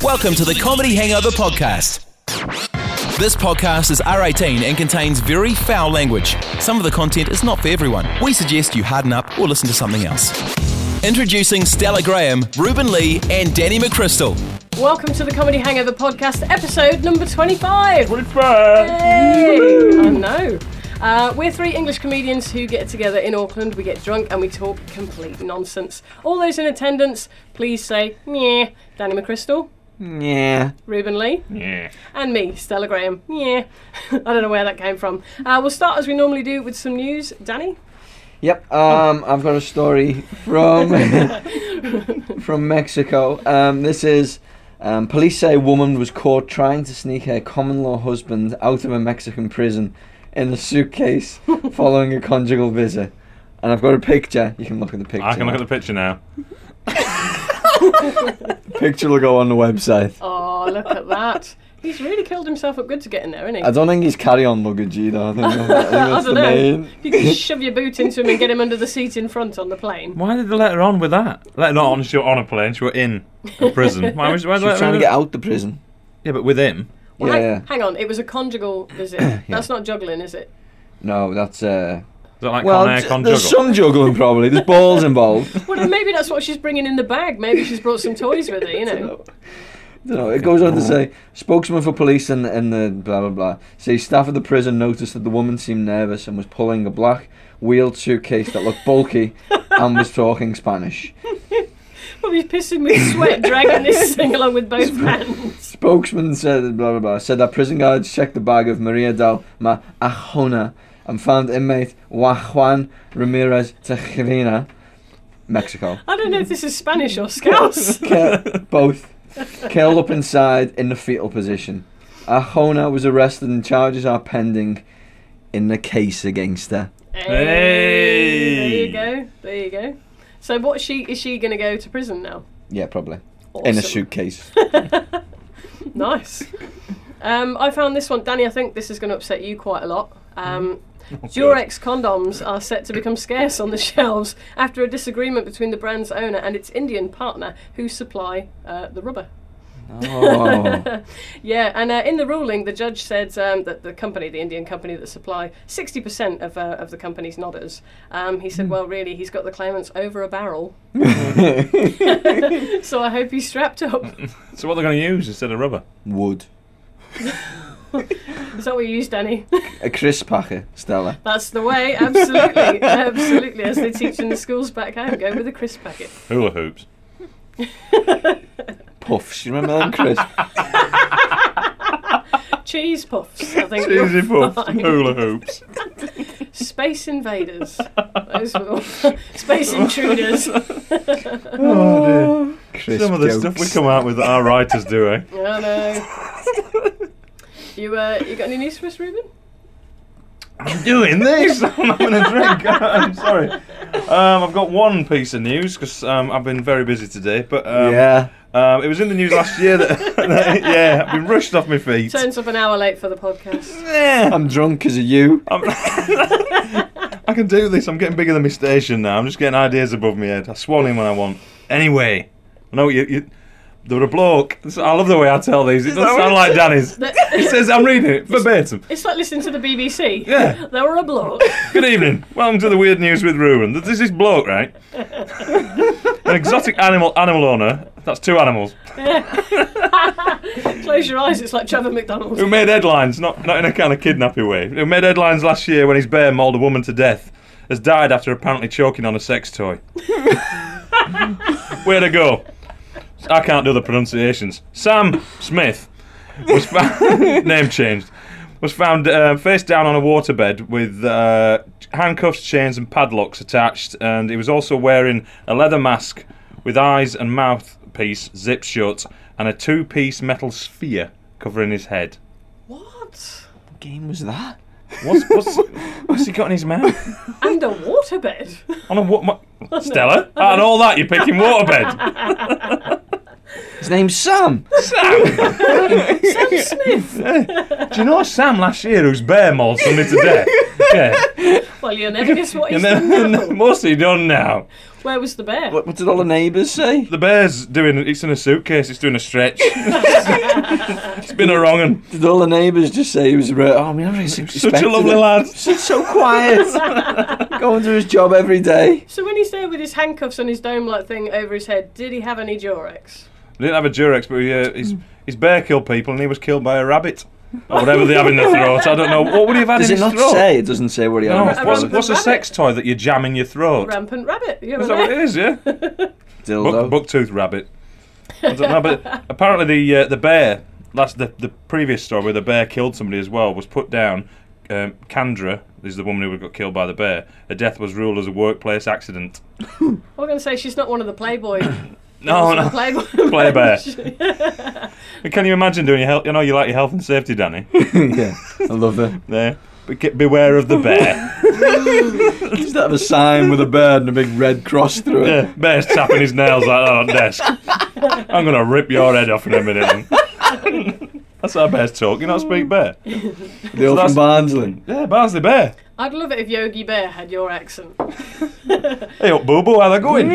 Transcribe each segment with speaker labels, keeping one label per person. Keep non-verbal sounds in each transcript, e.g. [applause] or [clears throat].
Speaker 1: Welcome to the Comedy Hangover Podcast. This podcast is R18 and contains very foul language. Some of the content is not for everyone. We suggest you harden up or listen to something else. Introducing Stella Graham, Ruben Lee, and Danny McChrystal.
Speaker 2: Welcome to the Comedy Hangover podcast, episode number 25.
Speaker 3: Goodbye.
Speaker 2: Yay! I know. Uh, we're three English comedians who get together in Auckland, we get drunk and we talk complete nonsense. All those in attendance, please say, yeah, Danny McChrystal,
Speaker 4: Yeah.
Speaker 2: Ruben Lee,
Speaker 3: Yeah.
Speaker 2: and me, Stella Graham. Yeah, [laughs] I don't know where that came from. Uh, we'll start as we normally do with some news. Danny?
Speaker 4: Yep. Um, I've got a story
Speaker 2: [laughs]
Speaker 4: from from Mexico. Um, this is um, police say woman was caught trying to sneak her common law husband out of a Mexican prison in a suitcase following a conjugal visit. And I've got a picture. You can look at the picture.
Speaker 3: I can look at the picture now.
Speaker 4: the [laughs] picture. Will go on the website.
Speaker 2: Oh, look at that. He's really killed himself up good to get in there, isn't he?
Speaker 4: I don't think he's carry-on luggage either. I
Speaker 2: [laughs]
Speaker 4: think, I [laughs] think that's
Speaker 2: don't
Speaker 4: the
Speaker 2: know.
Speaker 4: main.
Speaker 2: If you
Speaker 4: [laughs]
Speaker 2: can shove your boot into him and get him under the seat in front on the plane.
Speaker 3: Why did they let her on with that? Let her not on. She were on a plane. She were in a prison. [laughs] Why was why
Speaker 4: She was
Speaker 3: let her
Speaker 4: trying to
Speaker 3: on?
Speaker 4: get out the prison.
Speaker 3: Yeah, but with him.
Speaker 2: Well,
Speaker 4: Yeah.
Speaker 2: hang, hang on, it was a conjugal
Speaker 4: [coughs]
Speaker 2: visit. That's not juggling, is it?
Speaker 4: No, that's uh.
Speaker 3: Is that like
Speaker 4: Well,
Speaker 3: Con Air,
Speaker 4: th-
Speaker 3: Con
Speaker 4: there's
Speaker 3: Juggle?
Speaker 4: some juggling probably. There's balls involved.
Speaker 2: Well, then maybe that's what she's bringing in the bag. Maybe she's brought some toys with her, [laughs] you know.
Speaker 4: No, it goes on to say spokesman for police and, and the blah blah blah. Say staff at the prison noticed that the woman seemed nervous and was pulling a black wheeled suitcase that looked bulky and was talking Spanish.
Speaker 2: Probably pissing with
Speaker 4: [laughs]
Speaker 2: sweat, dragging this thing along with both hands.
Speaker 4: Spokesman said that blah blah blah said that prison guards checked the bag of Maria del Ma Ajona and found inmate Wa- Juan Ramirez Tejina, Mexico.
Speaker 2: I don't know if this is Spanish or
Speaker 4: [laughs]
Speaker 2: Scouse.
Speaker 4: Cur- both curled up inside in the fetal position. Ahona was arrested and charges are pending in the case against her.
Speaker 2: Hey,
Speaker 3: Hey.
Speaker 2: There you go. There you go. So, what's she? Is she going to go to prison now?
Speaker 4: Yeah, probably
Speaker 2: Awesome.
Speaker 4: in a
Speaker 3: [laughs]
Speaker 4: suitcase.
Speaker 2: [laughs] Nice. Um, I found this one, Danny. I think this is going to upset you quite a lot. Um, Durex condoms are set to become scarce on the [laughs] shelves after a disagreement between the brand's owner and its Indian partner, who supply uh, the rubber.
Speaker 3: [laughs]
Speaker 4: oh,
Speaker 2: [laughs] Yeah, and uh, in the ruling, the judge said um, that the company, the Indian company that supply 60% of, uh, of the company's nodders, um, he said, well, really, he's got the claimants over a barrel. [laughs] so I hope he's strapped up.
Speaker 3: So what they're going to use instead of rubber?
Speaker 4: wood.
Speaker 2: Is that what you use, Danny?
Speaker 4: A crisp packet, Stella.
Speaker 2: That's the way,
Speaker 3: [laughs]
Speaker 2: absolutely, absolutely. As they teach in the schools back home, go with a crisp packet.
Speaker 4: [laughs]
Speaker 3: Hula hoops.
Speaker 4: Puffs. You remember them,
Speaker 3: [laughs]
Speaker 4: Chris?
Speaker 2: Cheese puffs, I think.
Speaker 3: Easy puffs. [laughs]
Speaker 2: fine.
Speaker 3: Hula hoops.
Speaker 2: Space invaders. Those were all [laughs] space
Speaker 3: [laughs]
Speaker 2: intruders. [laughs] Oh,
Speaker 4: Crisp
Speaker 3: Oh, Some of the stuff we
Speaker 4: jokes.
Speaker 3: come out with uh, that our writers
Speaker 4: [laughs]
Speaker 3: do, eh?
Speaker 2: I know. You, uh, you got any news for us, Ruben?
Speaker 3: I'm doing this. [laughs] I'm having a drink. [laughs] I'm sorry. Um, I've got one piece of news because um, I've been very busy today. But um,
Speaker 4: yeah.
Speaker 3: um, it was in the news last year that [laughs] yeah, I've been rushed off my feet.
Speaker 2: Turns up an hour late for the podcast.
Speaker 3: Yeah.
Speaker 4: I'm drunk 'cause of you.
Speaker 3: I'm- [laughs] I can do this. I'm getting bigger than my station now. I'm just getting ideas above my head. I swan in when I want. Anyway, I know you. you there were a bloke. I love the way I tell these. It doesn't sound like Danny's. It says I'm reading it verbatim.
Speaker 2: [laughs] It's like listening to the BBC.
Speaker 3: Yeah.
Speaker 2: There were a bloke.
Speaker 3: Good evening. Welcome to the Weird News with Ruben. There's this bloke, right? An exotic animal animal owner. That's two animals.
Speaker 2: Close your eyes, it's like Trevor McDonald.
Speaker 3: who made headlines, not not in a kind of kidnappy way, who made headlines last year when his bear mauled a woman to death, has died after apparently choking on a sex toy. [laughs] Way to go. I can't do the pronunciations. Sam Smith was found, [laughs] name changed, was found uh, face down on a waterbed with uh, handcuffs, chains, and padlocks attached, and he was also wearing a leather mask with eyes and mouthpiece zipped shut, and a two-piece metal sphere covering his head.
Speaker 2: What?
Speaker 4: What game was that?
Speaker 3: What's what's, what's he got in his mouth?
Speaker 2: And a waterbed.
Speaker 3: On a what? My, Stella, out of all that, you're picking waterbed.
Speaker 4: His name's Sam.
Speaker 2: Sam Smith.
Speaker 3: Do you know Sam last year whose bear mauled somebody to death? Yeah.
Speaker 2: Well, Well, you'll never guess
Speaker 3: [laughs]
Speaker 2: what he's
Speaker 3: And then,
Speaker 2: done now.
Speaker 3: what's he done now?
Speaker 2: [laughs] Where was the bear?
Speaker 4: What, what did all the neighbours say?
Speaker 3: The bear's doing. It's in a suitcase. It's doing
Speaker 2: [laughs]
Speaker 3: a stretch. it's been a wrong one.
Speaker 4: Did all the neighbours just say he was re- oh, I mean, I really such
Speaker 3: Such a lovely lad.
Speaker 4: He's so quiet.
Speaker 3: [laughs]
Speaker 4: Going to his job every day.
Speaker 2: So when he's there with his handcuffs and his dome-like thing over his head, did he have any Jorex?
Speaker 3: Didn't have a Durex, but he, uh, his his bear killed people, and he was killed by a rabbit or whatever they have in their throat. I don't know. What would he have had
Speaker 4: Does
Speaker 3: in
Speaker 4: it
Speaker 3: his
Speaker 4: not
Speaker 3: throat?
Speaker 4: say? It doesn't say what he
Speaker 3: No,
Speaker 4: had. in his
Speaker 3: what's,
Speaker 4: wallet.
Speaker 3: what's a sex toy that you jam in your throat?
Speaker 2: Rampant rabbit. You
Speaker 3: Is
Speaker 2: have
Speaker 3: that
Speaker 2: a
Speaker 3: what it
Speaker 2: bear.
Speaker 3: is? Yeah.
Speaker 4: dildo?
Speaker 3: Buck, bucktooth rabbit. I don't know, but apparently the uh, the bear last the, the previous story where the bear killed somebody as well was put down. Um, Kandra is the woman who got killed by the bear. Her death was ruled as a workplace accident.
Speaker 2: I was going to say she's not one of the Playboy.
Speaker 3: [coughs]
Speaker 2: [coughs]
Speaker 3: No,
Speaker 2: the
Speaker 3: no.
Speaker 2: Playboy.
Speaker 3: [laughs] Play bear.
Speaker 2: [laughs] yeah.
Speaker 3: Can you imagine doing your health? You know, you like your health and safety, Danny.
Speaker 4: [laughs] yeah, I love
Speaker 3: [laughs]
Speaker 4: that.
Speaker 3: There, but get, beware of the bear.
Speaker 4: Just have a sign with a bird and a big red cross through it.
Speaker 3: Yeah, bear's tapping his nails like that on desk. I'm gonna rip your head off in a minute. That's how bears talk. You not speak bear.
Speaker 4: The old
Speaker 3: that's-
Speaker 4: from Barnsley.
Speaker 3: Yeah, Barnsley bear.
Speaker 2: I'd love it if Yogi Bear had your accent. [laughs]
Speaker 3: Hey, up, boo boo, how they going?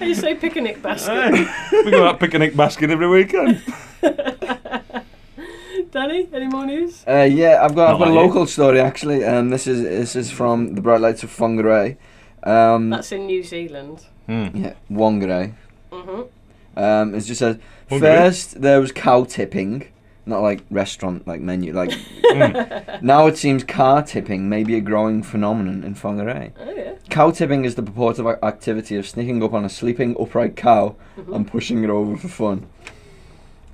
Speaker 2: You say picnic
Speaker 3: [laughs]
Speaker 2: basket,
Speaker 3: Hey, we go out picnic basking every weekend.
Speaker 2: Danny. Any more news?
Speaker 4: Uh, yeah, I've got,
Speaker 3: Not
Speaker 4: I've got a
Speaker 3: like you.
Speaker 4: local story actually. Um, this is this is from the bright lights of Whangarei.
Speaker 3: Mm.
Speaker 4: Um,
Speaker 2: That's in New Zealand.
Speaker 4: yeah, Whangarei.
Speaker 2: hmm
Speaker 4: Um, it just says
Speaker 3: Whangarei?
Speaker 4: first there was cow tipping, not like restaurant like menu
Speaker 3: [laughs]
Speaker 4: like.
Speaker 3: Hmm.
Speaker 4: Hmm. now it seems car tipping may be a growing phenomenon in Whangarei.
Speaker 2: Oh
Speaker 3: [sighs]
Speaker 2: yeah.
Speaker 4: Cow tipping is the purported ac- activity of sneaking up on a sleeping upright cow and pushing it over for fun.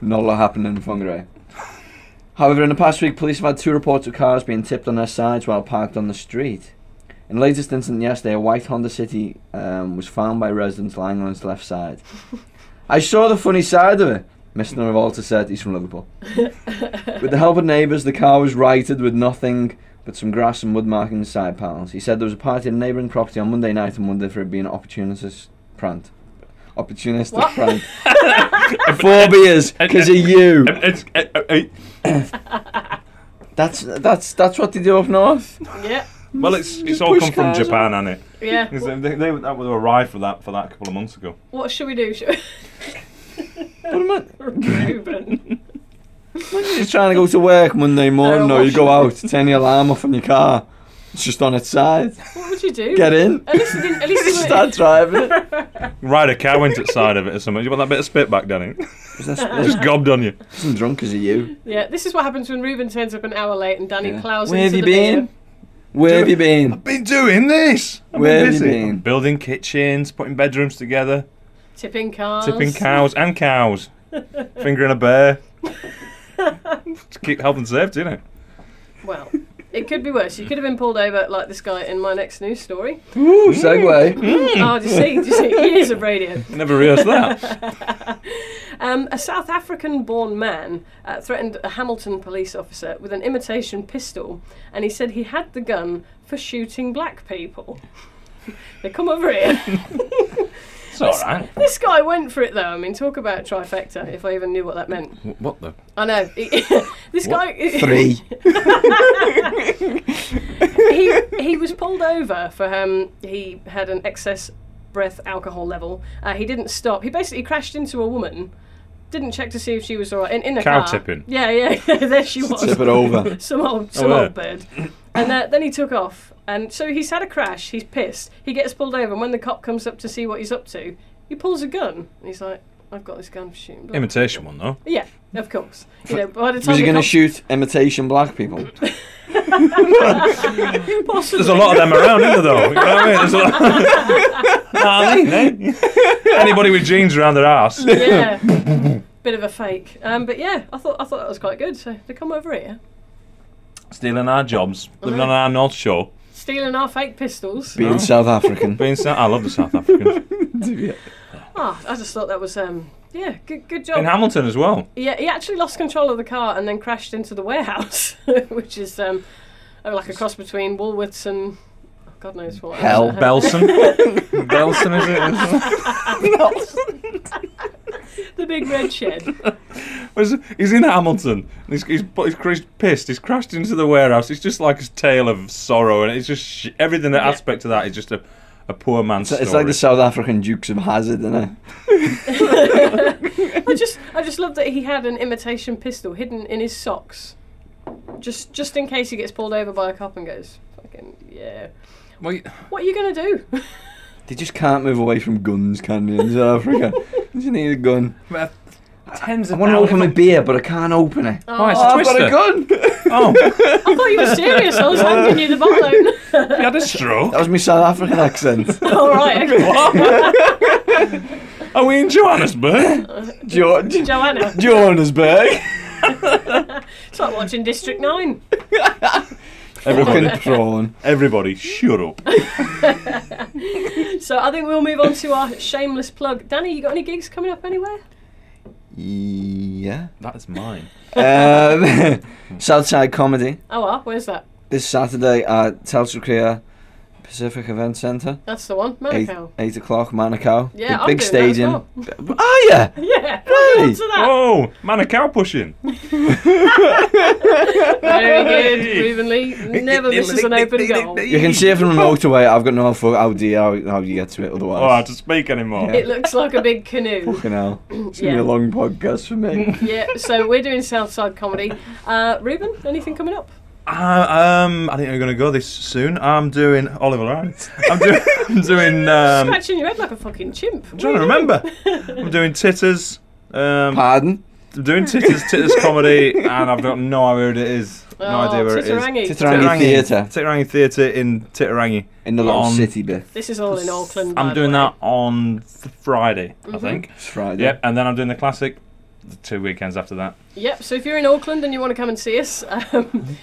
Speaker 4: Not a lot happening in Whangarei. However, in the past week, police have had two reports of cars being tipped on their sides while parked on the street. In the latest incident yesterday, a white Honda City um, was found by residents lying on its left side. I saw the funny side of it, Mr. Revolta said. He's from Liverpool. with the help of neighbours, the car was righted with nothing but some grass and wood markings side panels. He said there was a party in a neighbouring property on Monday night and wondered if it had been an opportunist prank. Opportunistic
Speaker 2: What?
Speaker 4: prank. Four beers, because of you.
Speaker 3: It's, eh, eh, eh.
Speaker 4: That's that's that's what they do up north.
Speaker 2: Yeah.
Speaker 3: well, it's it's
Speaker 4: Just
Speaker 3: all
Speaker 4: push
Speaker 3: come from
Speaker 4: cars
Speaker 3: Japan, hasn't it?
Speaker 2: Yeah.
Speaker 3: 'Cause They, they, they, were- that was arrived for that for that a couple of months ago.
Speaker 2: What should we do? Should
Speaker 4: What am I?
Speaker 2: [laughs]
Speaker 3: [laughs]
Speaker 2: Ruben.
Speaker 4: You're just trying to go to work Monday morning,
Speaker 2: Uh,
Speaker 4: or you go out,
Speaker 2: what
Speaker 4: turn your alarm off on your car. It's just on its side.
Speaker 2: What would you do?
Speaker 4: Get in.
Speaker 2: At least you didn't. [laughs] At
Speaker 3: [laughs]
Speaker 2: least you
Speaker 4: Start driving it.
Speaker 2: [laughs]
Speaker 3: Ride a cow into the side of it or something. You want that bit of spit back, Danny?
Speaker 4: Was that
Speaker 3: Just gobbed on you.
Speaker 4: as drunk as you?
Speaker 2: Yeah, this is what happens when Ruben turns up an hour late and Danny
Speaker 4: Yeah.
Speaker 2: plows
Speaker 4: Where
Speaker 2: into
Speaker 4: have you
Speaker 2: the video.
Speaker 4: been? Where have you been?
Speaker 3: Been doing this. I've
Speaker 4: Where have you
Speaker 3: busy.
Speaker 4: been?
Speaker 3: Building kitchens, putting bedrooms together,
Speaker 2: Tipping cars.
Speaker 3: tipping cows and cows, fingering a bear. Just keep health and safety, innit?
Speaker 2: Well, it could be worse. You could have been pulled over like this guy in my next news story.
Speaker 4: Ooh, segue.
Speaker 2: Oh, do you see? Do you see? Years of radio.
Speaker 3: You never rehearsed that.
Speaker 2: Um, a South African born man uh, threatened a Hamilton police officer with an imitation pistol, and he said he had the gun for shooting black people. [laughs] they come over here. [laughs]
Speaker 3: It's all right.
Speaker 2: this guy went for it though. I mean, talk about trifecta, if I even knew what that meant.
Speaker 3: What the?
Speaker 2: I know. [laughs] this guy. [laughs]
Speaker 4: [laughs] Three.
Speaker 2: he he was pulled over for um he had an excess breath alcohol level. Uh, he didn't stop. He basically crashed into a woman. Didn't check to see if she was all right in, in a
Speaker 3: Cow
Speaker 2: car.
Speaker 3: tipping. Oh,
Speaker 2: Yeah, yeah, [laughs] there she was.
Speaker 4: Tip it over.
Speaker 2: Some old, some
Speaker 3: yeah.
Speaker 2: old bird. And uh, then he took off. And so he's had a crash. He's pissed. He gets pulled over, and when the cop comes up to see what he's up to, he pulls a gun. And he's like, "I've got this gun for shooting." black."
Speaker 3: Imitation one though.
Speaker 2: Yeah, of course.
Speaker 3: [laughs]
Speaker 2: You know, by the time
Speaker 4: Was
Speaker 2: the
Speaker 4: he going
Speaker 2: [laughs]
Speaker 4: to
Speaker 2: cop-
Speaker 4: shoot imitation black people?
Speaker 3: There's a lot of them around, isn't there? Though, you know what I mean? There's a lot. Anybody with jeans around their ass.
Speaker 2: yeah, bit of a fake. Um, but yeah, I thought I thought that was quite good. So they come over here,
Speaker 3: stealing our jobs, living on our North Shore.
Speaker 2: stealing our fake pistols.
Speaker 4: Being South
Speaker 3: [laughs]
Speaker 4: African.
Speaker 3: Being South, I love the South Africans.
Speaker 2: Ah, I just thought that was um, yeah, good good job.
Speaker 3: In Hamilton as well.
Speaker 2: yeah, he actually lost control of the car and then crashed into the warehouse, [laughs] which is um, uh, like a cross between Woolworths and oh, God knows what. [laughs]
Speaker 4: Hell,
Speaker 3: Belson. Belson is it?
Speaker 2: the big red shed. [laughs]
Speaker 3: Was he's in Hamilton? and He's, he's, put- he's cr- he's pissed. He's crashed into the warehouse. It's just like a tale of sorrow, and it's just sh- everything. That
Speaker 2: Yeah.
Speaker 3: aspect of that is just a, a poor man's
Speaker 4: It's, it's
Speaker 3: story.
Speaker 4: like the South African Dukes of Hazard, isn't it?
Speaker 2: I just I just love that he had an imitation pistol hidden in his socks, just just in case he gets pulled over by a cop and goes fucking yeah.
Speaker 3: Well, you-
Speaker 2: What are you gonna do?
Speaker 4: They just can't move away from guns, can they? In
Speaker 2: [laughs]
Speaker 4: South Africa, you just need a gun.
Speaker 3: tens
Speaker 4: I
Speaker 3: of
Speaker 4: want to open my
Speaker 3: thousands-
Speaker 4: beer, but I can't open it.
Speaker 2: Oh,
Speaker 3: it's a
Speaker 4: I've
Speaker 2: I
Speaker 3: twist.
Speaker 4: got a
Speaker 3: Twister.
Speaker 4: gun. that
Speaker 3: Oh, you
Speaker 2: thought you were serious.
Speaker 3: [laughs]
Speaker 2: I was handing you the bottle.
Speaker 3: had a stroke.
Speaker 4: was my South African
Speaker 3: [laughs]
Speaker 4: accent.
Speaker 3: Oh.
Speaker 2: All right, okay.
Speaker 3: Are we in Johannesburg?
Speaker 4: George.
Speaker 2: Joanna.
Speaker 4: Johannesburg.
Speaker 2: It's like watching District Nine.
Speaker 4: Fucking
Speaker 3: Everybody,
Speaker 4: prawn.
Speaker 3: everybody, shut up.
Speaker 2: So I think we'll move on to our shameless plug. Danny, you got any gigs coming up anywhere?
Speaker 4: Yeah.
Speaker 3: That is mine.
Speaker 4: Um, [laughs] Southside Comedy
Speaker 2: Oh, well, where's that?
Speaker 4: this Saturday at Telstra Korea Pacific Event Centre.
Speaker 2: That's the one,
Speaker 4: Eight,
Speaker 2: Manukau.
Speaker 4: eight o'clock, Manukau.
Speaker 2: Yeah, I'm
Speaker 4: Big, big Oh,
Speaker 2: doing
Speaker 4: staging.
Speaker 2: That as
Speaker 4: [laughs] Are you?
Speaker 2: well. [laughs] Yeah,
Speaker 4: Really?
Speaker 2: really? to that.
Speaker 3: Oh, man, a cow pushing.
Speaker 2: Very good, Reuben Lee. Never misses an open goal.
Speaker 4: You can see it
Speaker 3: [laughs]
Speaker 4: from the motorway. I've got no fuck idea how, how you get to it otherwise.
Speaker 3: Oh, to speak anymore.
Speaker 4: Yeah.
Speaker 2: It looks like a big
Speaker 3: Oh,
Speaker 2: canoe.
Speaker 4: Fucking hell. It's
Speaker 2: Yeah.
Speaker 4: gonna be a long podcast for
Speaker 3: [laughs]
Speaker 4: me.
Speaker 2: Yeah, so we're doing Southside comedy. Uh, Reuben, anything coming up?
Speaker 3: Uh, um, I think we're gonna go this soon. I'm doing Oliver Ryan. I'm doing. I'm
Speaker 2: [laughs]
Speaker 3: doing. Um, I'm
Speaker 2: Scratching your head like a fucking chimp. What
Speaker 3: trying
Speaker 2: are
Speaker 3: to
Speaker 2: you
Speaker 3: remember.
Speaker 2: [laughs]
Speaker 3: I'm doing titters. Um,
Speaker 4: Pardon?
Speaker 3: I'm doing titters, titters comedy, and I've got no idea where it is. No
Speaker 2: Oh,
Speaker 3: idea where it is.
Speaker 2: Titirangi.
Speaker 4: Titirangi. Titirangi Theatre.
Speaker 3: Titirangi Theatre in Titirangi.
Speaker 4: In the little
Speaker 3: On-
Speaker 4: city bit.
Speaker 2: This is all in Auckland. by
Speaker 3: I'm
Speaker 2: the
Speaker 3: doing
Speaker 2: way. Mm-hmm.
Speaker 3: that on th- Friday, I think.
Speaker 4: It's Friday.
Speaker 3: Yep, and then I'm doing the classic. the Two weekends after that.
Speaker 2: Yep, so if you're in Auckland and you want to come and see us, [laughs] um,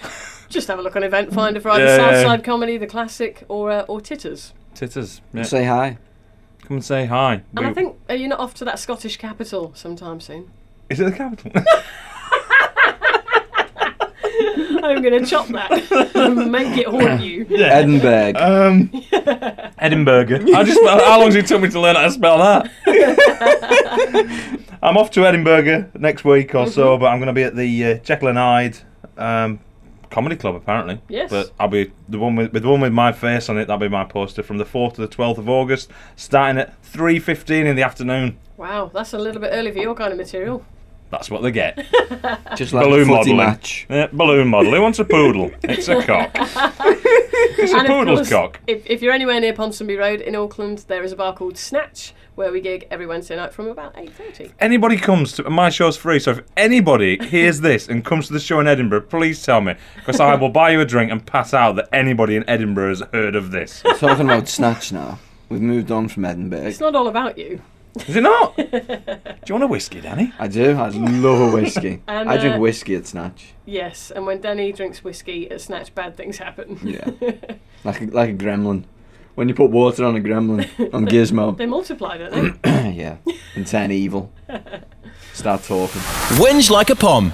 Speaker 2: just have a look on Event Finder Friday,
Speaker 3: Yeah, yeah, yeah.
Speaker 2: Southside Comedy, The Classic, or uh, or Titters.
Speaker 3: Titters. Yeah.
Speaker 4: Say hi.
Speaker 3: Come and say hi.
Speaker 2: And I
Speaker 3: We-
Speaker 2: think, are you not off to that Scottish capital sometime soon? [laughs]
Speaker 3: Is it the capital?
Speaker 2: I'm going to chop that and make it
Speaker 3: [coughs]
Speaker 2: haunt you.
Speaker 4: Edinburgh.
Speaker 3: [laughs] Um, Edinburgh. I just, how long did it took me to learn how to spell that? I'm off to Edinburgh next week or so, but I'm going to be at the uh, Jekyll and Hyde um, Comedy Club apparently.
Speaker 2: Yes.
Speaker 3: But I'll be the one with, with the one with my face on it. That'll be my poster from the 4th to the 12th of August, starting at 3:15 in the afternoon.
Speaker 2: Wow, that's a little bit early for your kind of material.
Speaker 3: That's what they get.
Speaker 4: Just like a
Speaker 3: balloon
Speaker 4: footy
Speaker 3: modelling.
Speaker 4: match.
Speaker 3: Yeah, balloon model. Who wants a poodle? It's a cock. It's a
Speaker 2: And of
Speaker 3: poodle's
Speaker 2: course,
Speaker 3: cock.
Speaker 2: If, if you're anywhere near Ponsonby Road in Auckland, there is a bar called Snatch where we gig every Wednesday night from about 8.30.
Speaker 3: anybody comes to my show's free, so if anybody hears this and comes to the show in Edinburgh, please tell me because I will buy you a drink and pass out that anybody in Edinburgh has heard of this.
Speaker 4: We're talking about snatch now. We've moved on from Edinburgh.
Speaker 2: It's not all about you.
Speaker 3: Is it not? Do you want a whiskey, Danny?
Speaker 4: I do. I love a whiskey.
Speaker 2: [laughs] And,
Speaker 4: I drink
Speaker 2: uh,
Speaker 4: whiskey at snatch.
Speaker 2: Yes, and when Danny drinks whiskey at Snatch, bad things happen.
Speaker 4: Yeah. Like a, like a gremlin. When you put water on a gremlin,
Speaker 2: [laughs]
Speaker 4: on
Speaker 2: [laughs]
Speaker 4: Gizmo.
Speaker 2: They multiply, don't they?
Speaker 4: [clears throat]
Speaker 3: [coughs]
Speaker 4: yeah. And ten evil. Start talking.
Speaker 1: Whinge like a pom.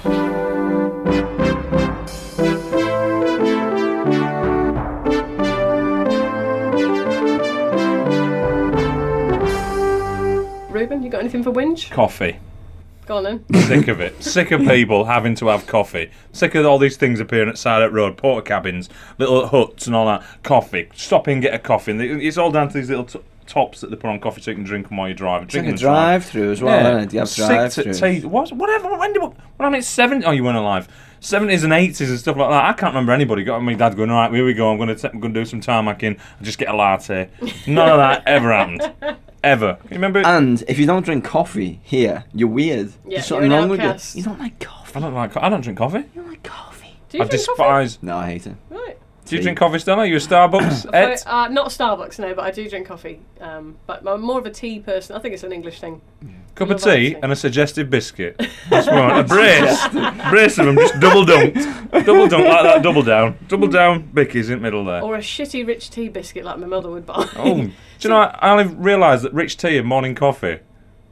Speaker 2: Ruben, you got anything for Winch?
Speaker 3: Coffee.
Speaker 2: Go on then.
Speaker 3: Sick of it. Sick of people having to have coffee. Sick of all these things appearing at Side Road, porter cabins, little huts, and all that. Coffee. Stop in, get a coffee. And they- It's all down to these little t- tops that they put on coffee so you can drink them while you drive.
Speaker 4: It's like a
Speaker 3: as well.
Speaker 4: drive through as well, isn't it? You have drive
Speaker 3: Six
Speaker 4: through.
Speaker 3: at tea. What? Whatever. When did? When I'm in seven. Oh, you weren't alive. Seventies and eighties and stuff like that. I can't remember anybody. Got my dad going. All right, here we go. I'm going to. I'm going to do some tarmac in. and Just get
Speaker 4: [laughs]
Speaker 3: a latte. None of that ever happened. Ever. You remember?
Speaker 4: And if you don't drink coffee here, you're weird.
Speaker 2: Yeah,
Speaker 4: There's something
Speaker 2: you're an
Speaker 4: wrong with
Speaker 2: outcast.
Speaker 4: you. You don't like coffee.
Speaker 3: I don't like. co- I don't drink coffee.
Speaker 4: You don't like coffee.
Speaker 2: Do you
Speaker 3: I
Speaker 2: drink
Speaker 3: despise.
Speaker 4: No, I hate it.
Speaker 2: coffee? Right.
Speaker 3: Do you
Speaker 4: Tea.
Speaker 3: drink coffee, Stella? You
Speaker 4: [laughs]
Speaker 3: a Starbucks? Et?
Speaker 2: So, uh, not Starbucks, no, but I do drink coffee. Um, but I'm more of a tea person. I think it's an English thing.
Speaker 3: Cup
Speaker 2: love
Speaker 3: of tea
Speaker 2: icing.
Speaker 3: and a suggestive biscuit. That's one.
Speaker 4: [laughs]
Speaker 3: A brace. brace of them. Just double dunked. Double dunk like that. Double down. Double down. Bickies in the middle there.
Speaker 2: Or a shitty rich tea biscuit like my mother would buy.
Speaker 3: Oh, do you know? I I only realised that rich tea and morning coffee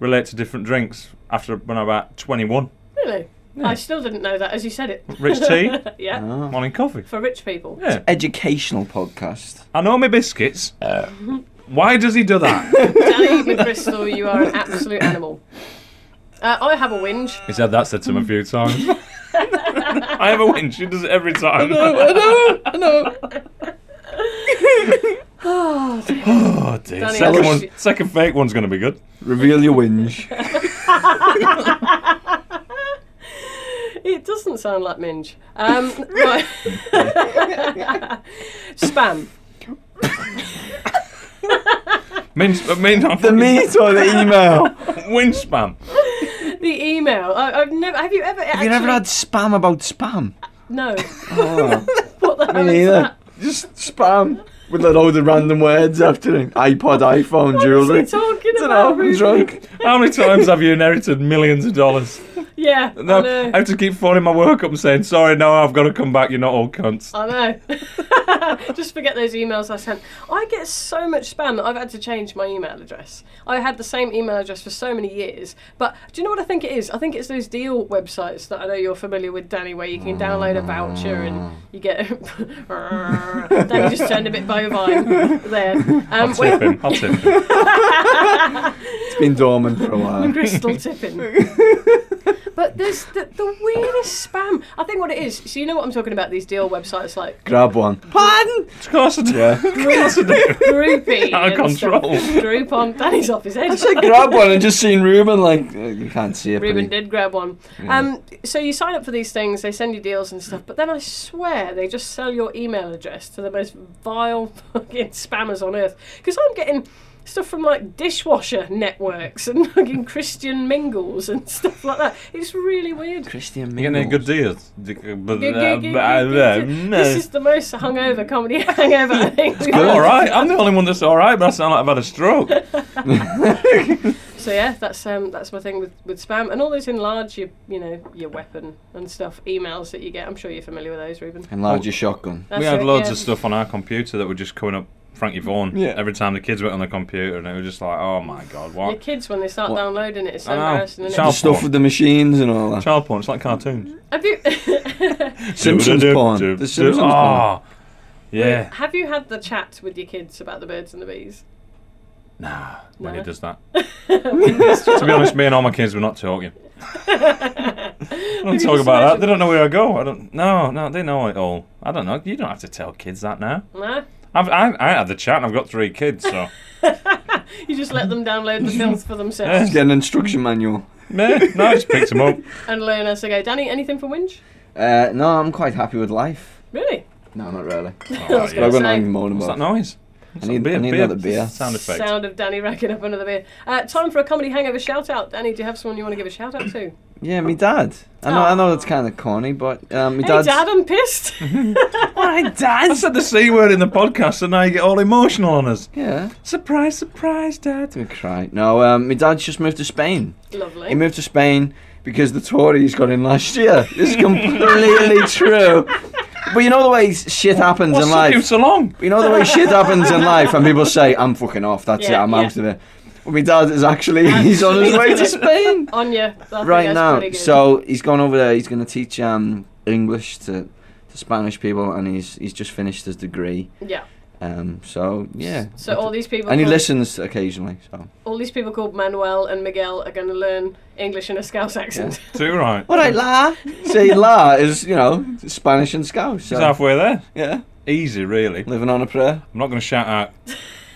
Speaker 3: relate to different drinks after when I was about twenty-one.
Speaker 2: [laughs] really? I still didn't know that as you said it.
Speaker 3: Rich tea,
Speaker 2: [laughs] yeah.
Speaker 3: morning coffee.
Speaker 2: For rich people.
Speaker 3: Yeah,
Speaker 4: Educational podcast.
Speaker 3: I know my biscuits.
Speaker 2: Uh.
Speaker 3: Why does he do that?
Speaker 2: Danny McBristol, you are an absolute animal. Uh, I have a whinge.
Speaker 3: He's had that said to him a few times.
Speaker 2: [laughs]
Speaker 3: I have a win. She does it every time.
Speaker 4: no,
Speaker 3: [laughs]
Speaker 4: no.
Speaker 3: oh dear.
Speaker 2: Ah, Danny,
Speaker 3: Second,
Speaker 2: I
Speaker 3: one,
Speaker 2: wish you-
Speaker 3: second fake one's going to be good.
Speaker 4: Reveal your
Speaker 2: [laughs]
Speaker 4: whinge.
Speaker 2: It doesn't sound like minge. Um, right. Spam.
Speaker 3: Min, uh, min,
Speaker 4: The meat or the [laughs] email?
Speaker 3: Win spam.
Speaker 2: The email. I, I've never. Have you ever?
Speaker 4: Have you never had spam about spam?
Speaker 2: No.
Speaker 4: [laughs] Oh,
Speaker 2: What the
Speaker 4: me
Speaker 2: hell? is
Speaker 4: neither. Just spam with a load of random words after it. iPod, iPhone, jewelry.
Speaker 2: he talking
Speaker 4: Dunno,
Speaker 2: about,
Speaker 4: I'm
Speaker 2: Ruby?
Speaker 4: drunk.
Speaker 3: How many times have you inherited millions of dollars?
Speaker 2: Yeah.
Speaker 3: No,
Speaker 2: I know.
Speaker 3: I have to keep phoning my work up and saying, sorry, no, I've got to come back. You're not all cunts.
Speaker 2: I know. [laughs] Just forget those emails I sent. I get so much spam that I've had to change my email address. I had the same email address for so many years. But do you know what I think it is? I think it's those deal websites that I know you're familiar with, Danny, where you can download a voucher and you get. [laughs] Danny just turned a bit bovine there. Um,
Speaker 3: Tip
Speaker 2: when- [laughs]
Speaker 3: him. I'll tip him.
Speaker 4: It's been dormant for
Speaker 2: [laughs]
Speaker 4: a while.
Speaker 2: crystal tipping. but there's the, the weirdest spam. I think what it is. So you know what I'm talking about? These deal websites like
Speaker 4: Grab one. Pardon?
Speaker 3: Of course I do.
Speaker 4: Yeah.
Speaker 3: Of course I do.
Speaker 2: Groupie.
Speaker 3: [laughs] Out of
Speaker 2: and stuff.
Speaker 3: control.
Speaker 2: Droop on Danny's off his head.
Speaker 4: I said
Speaker 2: [laughs]
Speaker 4: grab one and just seen Ruben like uh, you can't see it. but
Speaker 2: Ruben
Speaker 4: he-
Speaker 2: did grab one. Um, so you sign up for these things, they send you deals and stuff, but then I swear they just sell your email address to the most vile [laughs] fucking spammers on earth. Because I'm getting stuff from like dishwasher networks and [laughs] fucking Christian mingles and stuff like that. It's really weird.
Speaker 4: Christian uh,
Speaker 3: You getting any good
Speaker 4: Mingles.
Speaker 3: deals? uh, mm,
Speaker 2: This
Speaker 3: [laughs]
Speaker 2: is the most hungover comedy [laughs] hangover I think we've
Speaker 3: I'm
Speaker 2: had.
Speaker 3: uh, all right.
Speaker 2: [laughs]
Speaker 3: I'm the only one that's all right, but I sound like I've had a stroke.
Speaker 2: So yeah, that's um, that's my thing with, with spam and all those enlarge your you know your weapon and stuff emails that you get. I'm sure you're familiar with those, Ruben.
Speaker 3: Oh.
Speaker 4: Enlarge your shotgun.
Speaker 2: That's
Speaker 3: we had
Speaker 2: it,
Speaker 3: loads
Speaker 2: yeah.
Speaker 3: of stuff on our computer that were just coming up Frankie Vaughan
Speaker 4: Yeah.
Speaker 3: every time the kids went on the computer, and it was just like, oh my god,
Speaker 2: Your
Speaker 3: what?
Speaker 2: kids when they start
Speaker 4: What?
Speaker 2: downloading it, it's so
Speaker 3: I know.
Speaker 2: embarrassing. Isn't
Speaker 3: Child-
Speaker 2: it?
Speaker 4: Stuff with the machines and all that.
Speaker 3: Child porn, it's
Speaker 2: [laughs]
Speaker 3: like cartoons.
Speaker 2: Have you
Speaker 4: Simpsons
Speaker 3: Do-do-do,
Speaker 4: porn.
Speaker 3: do-
Speaker 4: The Simpsons
Speaker 3: do-
Speaker 4: porn.
Speaker 3: Ah, yeah.
Speaker 2: have you had the chat with your kids about the birds and the bees?
Speaker 3: Nah, when
Speaker 2: No.
Speaker 3: he does that. [laughs] to
Speaker 2: [laughs]
Speaker 3: be honest, me and all my kids were not talking. I don't talk
Speaker 2: just
Speaker 3: about that.
Speaker 2: imagine-
Speaker 3: They don't know where I go. I don't. No, no, they know it all. I don't know. You don't have to tell kids that now.
Speaker 2: No,
Speaker 3: I've, I, I had the chat. and I've got three
Speaker 4: [laughs]
Speaker 3: kids, so
Speaker 2: [laughs] you just let them download
Speaker 3: [laughs]
Speaker 2: the films for themselves
Speaker 4: Get an instruction manual.
Speaker 3: yeah, no, I just picked
Speaker 4: [laughs]
Speaker 3: them up. Oh,
Speaker 2: and learn as they go. Danny, anything from Winch?
Speaker 4: Uh, no, I'm quite happy with life.
Speaker 2: Really?
Speaker 4: No, not really.
Speaker 2: I was
Speaker 3: yeah.
Speaker 2: gonna
Speaker 4: I've got
Speaker 2: say.
Speaker 4: nothing to moan
Speaker 3: What's that
Speaker 4: about.
Speaker 3: noise?
Speaker 4: I need, I need another beer.
Speaker 3: Sound effect.
Speaker 2: Sound of Danny racking up another beer. Uh, time for a comedy hangover shout out. Danny, do you have someone you want to give a shout out to?
Speaker 4: Yeah,
Speaker 3: Oh.
Speaker 4: me dad. I know, I know that's kind of corny, but um, me
Speaker 2: Oh. Hey,
Speaker 4: dad's.
Speaker 2: Dad, I'm
Speaker 4: [laughs]
Speaker 2: pissed. [laughs]
Speaker 3: My dad. I said the C word in the podcast and now you get all emotional on us.
Speaker 4: Yeah,
Speaker 3: Surprise, surprise, dad.
Speaker 4: do cry. No, um, my dad's just moved to Spain.
Speaker 2: Lovely.
Speaker 4: He moved to Spain because the Tories got in last year. This
Speaker 2: [laughs]
Speaker 4: is completely true. But you know the way s- shit happens
Speaker 3: What's
Speaker 4: in
Speaker 3: took you
Speaker 4: life.
Speaker 3: so long?
Speaker 4: You know the way shit happens in life, and people say, "I'm fucking off. That's
Speaker 2: Yeah,
Speaker 4: it. I'm
Speaker 2: yeah.
Speaker 4: out of it." Well, my dad is
Speaker 2: [laughs]
Speaker 4: actually he's on his way to Spain
Speaker 2: On you. I think
Speaker 4: right
Speaker 2: that's
Speaker 4: now.
Speaker 2: pretty good.
Speaker 4: So he's gone over there. He's going to teach um, English to, to Spanish people, and he's he's just finished his degree.
Speaker 2: yeah.
Speaker 4: Um, so yeah,
Speaker 2: So all these people.
Speaker 4: and he
Speaker 2: called-
Speaker 4: listens occasionally. So
Speaker 2: all these people called Manuel and Miguel are going to learn English in a Scouse accent. [laughs]
Speaker 3: Too right.
Speaker 4: all right, [laughs] la. Say la is you know Spanish and Scouse.
Speaker 3: He's
Speaker 4: So,
Speaker 3: halfway there.
Speaker 4: yeah,
Speaker 3: Easy, really. I'm
Speaker 4: living on a prayer.
Speaker 3: not going to shout out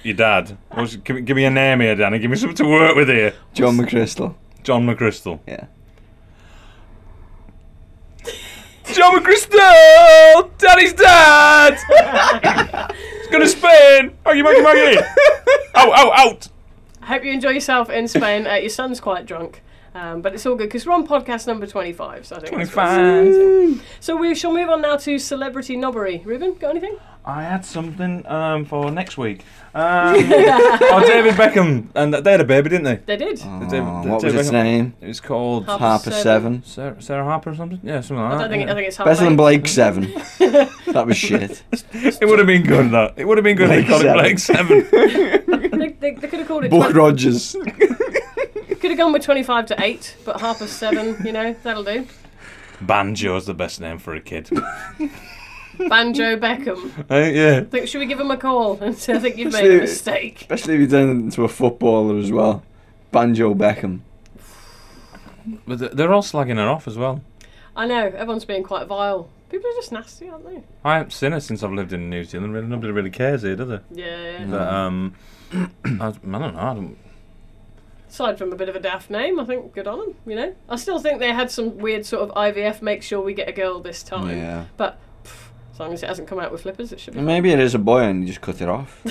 Speaker 3: your dad. Or just give, me- give me a name here, Danny. Give me something to work with here.
Speaker 4: John McChrystal.
Speaker 3: John McChrystal.
Speaker 4: Yeah.
Speaker 3: John McChrystal! Daddy's dad! He's going to Spain! Maggie, Maggie, Maggie! Out, out, Oh, out!
Speaker 2: I hope you enjoy yourself in Spain. Uh, your son's quite drunk. Um, but it's all good because we're on podcast number 25. So I think that's what's- So we shall move on now to celebrity knobbery. Ruben, got anything?
Speaker 3: I had something um, for next week. Um, [laughs] oh, David Beckham. And they had a baby, didn't they?
Speaker 2: They did.
Speaker 4: Oh,
Speaker 3: Did- did-
Speaker 4: what
Speaker 3: did
Speaker 4: was his
Speaker 3: Beckham-
Speaker 4: name?
Speaker 3: It was called
Speaker 2: Harper
Speaker 4: Harper
Speaker 2: Seven.
Speaker 4: Seven.
Speaker 3: Sarah, Sarah Harper or something. Yeah, something like
Speaker 2: I
Speaker 3: that.
Speaker 2: don't think, I think it's half
Speaker 4: Better than
Speaker 2: eight.
Speaker 4: Blake Seven. that was shit.
Speaker 3: it would have been good. That it would have been good. if They called it Blake
Speaker 4: Blake
Speaker 3: Seven.
Speaker 2: They, [laughs] they, they could have called it.
Speaker 4: Buck Rogers.
Speaker 2: could have gone with 25 to 8, but half past 7, you know, that'll do.
Speaker 3: [laughs] Banjo's the best name for a kid. [laughs]
Speaker 2: Banjo Beckham.
Speaker 3: Right, yeah.
Speaker 2: Think, should we give him a call [laughs] and say, I think you've made a mistake?
Speaker 4: Especially if you turn it into a footballer as well. Banjo Beckham.
Speaker 3: But th- they're all slagging her off as well.
Speaker 2: I know, everyone's being quite vile. People are just nasty, aren't they?
Speaker 3: I haven't seen it since I've lived in New Zealand. Really, nobody really cares here, does there?
Speaker 2: Yeah.
Speaker 3: But um, [clears throat] I, I don't know. I don't,
Speaker 2: Aside from a bit of a daft name, I think good on them, you know? I still think they had some weird sort of IVF, make sure we get a girl this time.
Speaker 4: Yeah.
Speaker 2: But pff, as long as it hasn't come out with flippers, it should be.
Speaker 4: Maybe it is a boy and you just cut it
Speaker 3: [laughs]
Speaker 4: off.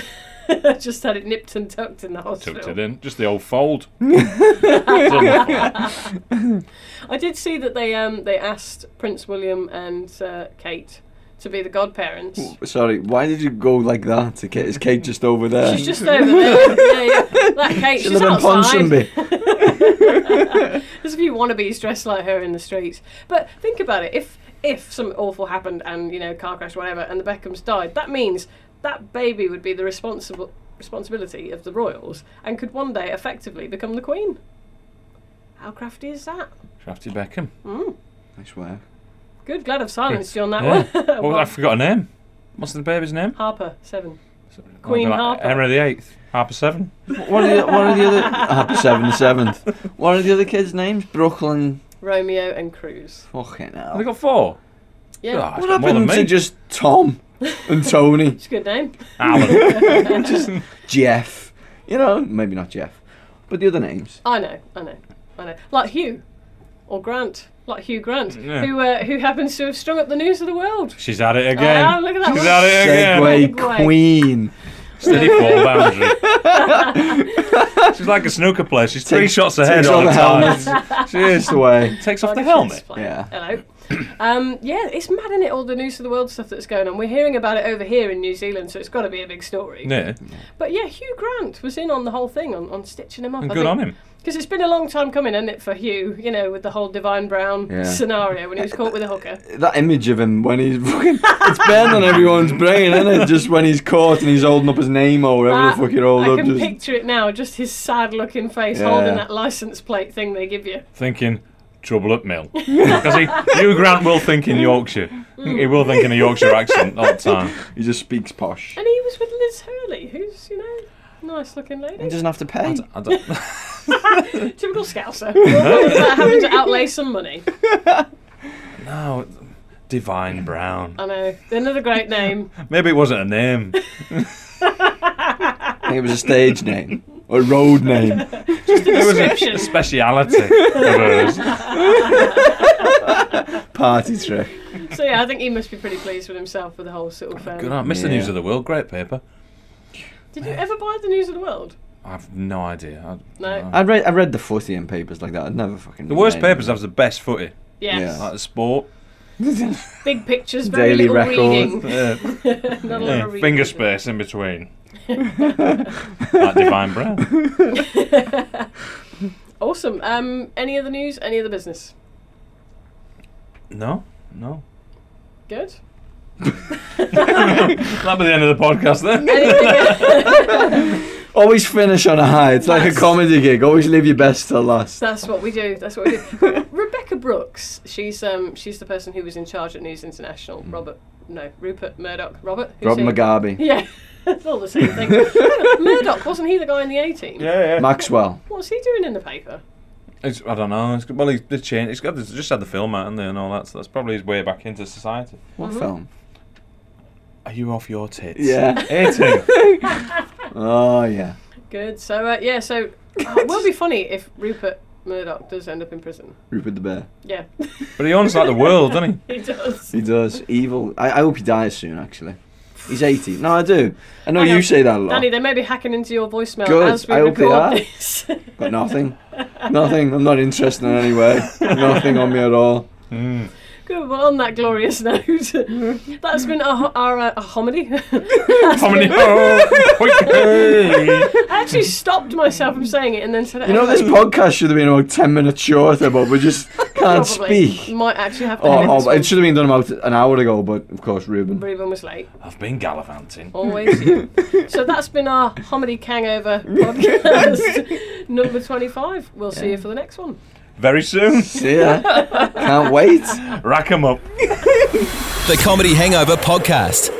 Speaker 2: [laughs] just had it nipped and tucked in the hospital.
Speaker 3: tucked it in. Just the
Speaker 4: [laughs]
Speaker 3: old fold.
Speaker 2: I did see that they um, they asked Prince William and uh, Kate to be the godparents.
Speaker 4: Sorry, why did you go like that? To Kate? Is Kate just over there?
Speaker 2: She's just over
Speaker 3: [laughs]
Speaker 2: there. yeah, yeah. That Kate,
Speaker 4: Should
Speaker 2: she's
Speaker 4: have been
Speaker 2: outside.
Speaker 4: Ponsonby.
Speaker 2: There's a few wannabes dressed like her in the streets. But think about it. If if something awful happened and you know car crash, whatever, and the Beckhams died, that means that baby would be the responsible responsibility of the royals and could one day effectively become the queen. How crafty is that?
Speaker 3: Crafty Beckham.
Speaker 4: Nice work.
Speaker 2: Good. Glad I've silenced you on that
Speaker 3: Yeah.
Speaker 2: one. [laughs]
Speaker 3: Oh, I forgot her name. What's the baby's name?
Speaker 2: Harper seven.
Speaker 3: It'll
Speaker 2: Queen
Speaker 3: be like
Speaker 2: Harper.
Speaker 3: Henry the Eighth. Harper Seven.
Speaker 4: What are the what are the other [laughs] happy seven seventh? What are the other kids' names? Brooklyn.
Speaker 2: Romeo and Cruz.
Speaker 4: Fucking
Speaker 3: Have they
Speaker 4: hell.
Speaker 3: got four?
Speaker 2: Yeah,
Speaker 3: Ah,
Speaker 4: What
Speaker 3: it's got more than
Speaker 4: happened to
Speaker 3: me.
Speaker 4: just Tom and Tony,
Speaker 2: it's a good name.
Speaker 3: Alan?
Speaker 4: [laughs] Jeff? You know, maybe not Jeff, but the other names.
Speaker 2: I know, I know, I know. Like Hugh or Grant, like Hugh Grant,
Speaker 3: Yeah.
Speaker 2: who uh, who happens to have strung up the news of the world.
Speaker 3: She's at it again.
Speaker 2: Ah, look at that
Speaker 3: She's
Speaker 2: one.
Speaker 3: at it again.
Speaker 4: Segway
Speaker 2: Segway.
Speaker 4: Queen.
Speaker 3: Steady
Speaker 4: [laughs]
Speaker 3: fall boundary. She's like a snooker player. She's three
Speaker 4: Takes-
Speaker 3: shots ahead
Speaker 4: takes
Speaker 3: all
Speaker 4: all
Speaker 3: the
Speaker 4: the
Speaker 3: [laughs] time.
Speaker 4: [laughs]
Speaker 3: she is.
Speaker 4: It's the way.
Speaker 3: Takes off the
Speaker 2: Like a
Speaker 3: helmet.
Speaker 2: tennis player.
Speaker 4: Yeah.
Speaker 2: Hello. Um, yeah, it's mad, is it? All the news of the world stuff that's going on. We're hearing about it over here in New Zealand, so it's got to be a big story.
Speaker 3: Yeah.
Speaker 2: But yeah, Hugh Grant was in on the whole thing, on, on stitching him up.
Speaker 3: And good on him.
Speaker 2: Because it's been a long time coming, isn't it, for Hugh? You know, with the whole Divine Brown
Speaker 4: Yeah.
Speaker 2: scenario when he was caught with a hooker.
Speaker 4: [laughs] That image of him when he's [laughs] fucking. It's burned on everyone's brain, isn't it? Just when he's caught and he's holding up his name or whatever
Speaker 2: Ah,
Speaker 4: the fuck you hold
Speaker 2: I
Speaker 4: up.
Speaker 2: can
Speaker 4: Just,
Speaker 2: picture it now, just his sad looking face
Speaker 4: Yeah.
Speaker 2: holding that license plate thing they give you.
Speaker 3: Thinking trouble at mill. [laughs] Because he, Hugh Grant will think in Yorkshire.
Speaker 2: Mm.
Speaker 3: He will think in a Yorkshire accent all
Speaker 2: [laughs]
Speaker 3: the time.
Speaker 4: He just speaks posh.
Speaker 2: And he was with Liz Hurley, who's, you know, nice looking lady.
Speaker 4: [laughs] He doesn't have to pay.
Speaker 3: I don't,
Speaker 2: Typical scouser. Without having to outlay some money.
Speaker 3: no, Divine Brown.
Speaker 2: I know. Another great name.
Speaker 3: Maybe it wasn't
Speaker 2: [laughs]
Speaker 3: a name.
Speaker 4: I think it was a stage name or a road name.
Speaker 3: It was a
Speaker 2: Description. [laughs]
Speaker 3: speciality of hers.
Speaker 4: Party trick.
Speaker 2: So yeah, I think he must be pretty pleased with himself with the whole sort of.
Speaker 3: Good
Speaker 2: Um,
Speaker 3: on. Miss the
Speaker 4: Yeah.
Speaker 3: News of the World. Great paper.
Speaker 2: did you ever buy the News of the World?
Speaker 3: I've no idea. I,
Speaker 2: No.
Speaker 4: I read I read the footy in papers like that. I'd never fucking.
Speaker 3: the worst papers have the best footy.
Speaker 2: Yes.
Speaker 3: Like the sport.
Speaker 4: [laughs]
Speaker 2: Big pictures, very
Speaker 4: Daily
Speaker 2: little
Speaker 4: Record.
Speaker 2: reading.
Speaker 3: Yeah.
Speaker 2: [laughs] Not a lot
Speaker 3: Yeah,
Speaker 2: of reading.
Speaker 3: finger space in between. like divine brown.
Speaker 2: [laughs] [laughs] Awesome. Um, any other news? Any other business?
Speaker 3: No, [laughs] no. [laughs]
Speaker 2: Good. [laughs]
Speaker 3: That'll be the end of the podcast [laughs] then.
Speaker 2: Anything else?
Speaker 4: Always finish on a high. It's like a comedy gig. Always leave your best till last.
Speaker 2: That's what we do. That's what we
Speaker 4: [laughs]
Speaker 2: do. Rebecca Brooks. She's um she's the person who was in charge at News International. Robert no Rupert Murdoch. Robert. Who's
Speaker 4: Rob
Speaker 2: he?
Speaker 4: Mugabe.
Speaker 2: Yeah, [laughs] it's all the same thing. Murdoch wasn't he the guy in the A team?
Speaker 3: Yeah, yeah.
Speaker 4: Maxwell.
Speaker 2: What's he doing in the paper?
Speaker 3: It's, I don't know. It's, well, he's, they've changed. It's got, they just had the film out, haven't they, and all that. So that's probably his way back into society.
Speaker 4: What
Speaker 2: Mm-hmm.
Speaker 4: film?
Speaker 3: Are you off your tits?
Speaker 4: Yeah.
Speaker 3: 18.
Speaker 4: [laughs] Oh yeah.
Speaker 2: Good. So uh, yeah, so uh, it will be funny if Rupert Murdoch does end up in prison.
Speaker 4: Rupert the Bear.
Speaker 2: Yeah, [laughs]
Speaker 3: but he owns like the world, doesn't he?
Speaker 2: he does.
Speaker 4: He does. Evil. I, I hope he dies soon. Actually, he's eighty. No, I do. I know
Speaker 2: Hang
Speaker 4: you
Speaker 2: on.
Speaker 4: say that a lot.
Speaker 2: Danny, they may be hacking into your voicemail
Speaker 4: Good,
Speaker 2: as we
Speaker 4: I hope they
Speaker 2: record
Speaker 4: are.
Speaker 2: this.
Speaker 4: But nothing. Nothing. I'm not interested in any way. Nothing on me at all.
Speaker 2: [laughs]
Speaker 3: Hmm.
Speaker 2: Good. Well, on that glorious [laughs]
Speaker 4: [laughs]
Speaker 2: note, that's been our, ho- our uh, homily. [laughs]
Speaker 3: How many? Oh, [laughs] quick, hey.
Speaker 2: I actually stopped myself from saying it and then said it.
Speaker 4: You know,
Speaker 2: anyway.
Speaker 4: this podcast should have been about 10 minutes shorter, but we just can't
Speaker 2: Probably.
Speaker 4: speak.
Speaker 2: Might actually have to.
Speaker 4: Oh,
Speaker 2: edit this
Speaker 4: oh,
Speaker 2: one.
Speaker 4: it should have been done about an hour ago, but of course, Ruben.
Speaker 2: Reuben was late.
Speaker 3: I've been gallivanting.
Speaker 2: Always you. so that's been our comedy
Speaker 4: [laughs]
Speaker 2: Kangover podcast [laughs] number 25. We'll see you for the next one.
Speaker 3: Very soon.
Speaker 4: See ya. Can't wait.
Speaker 3: Rack 'em up.
Speaker 1: The Comedy Hangover Podcast.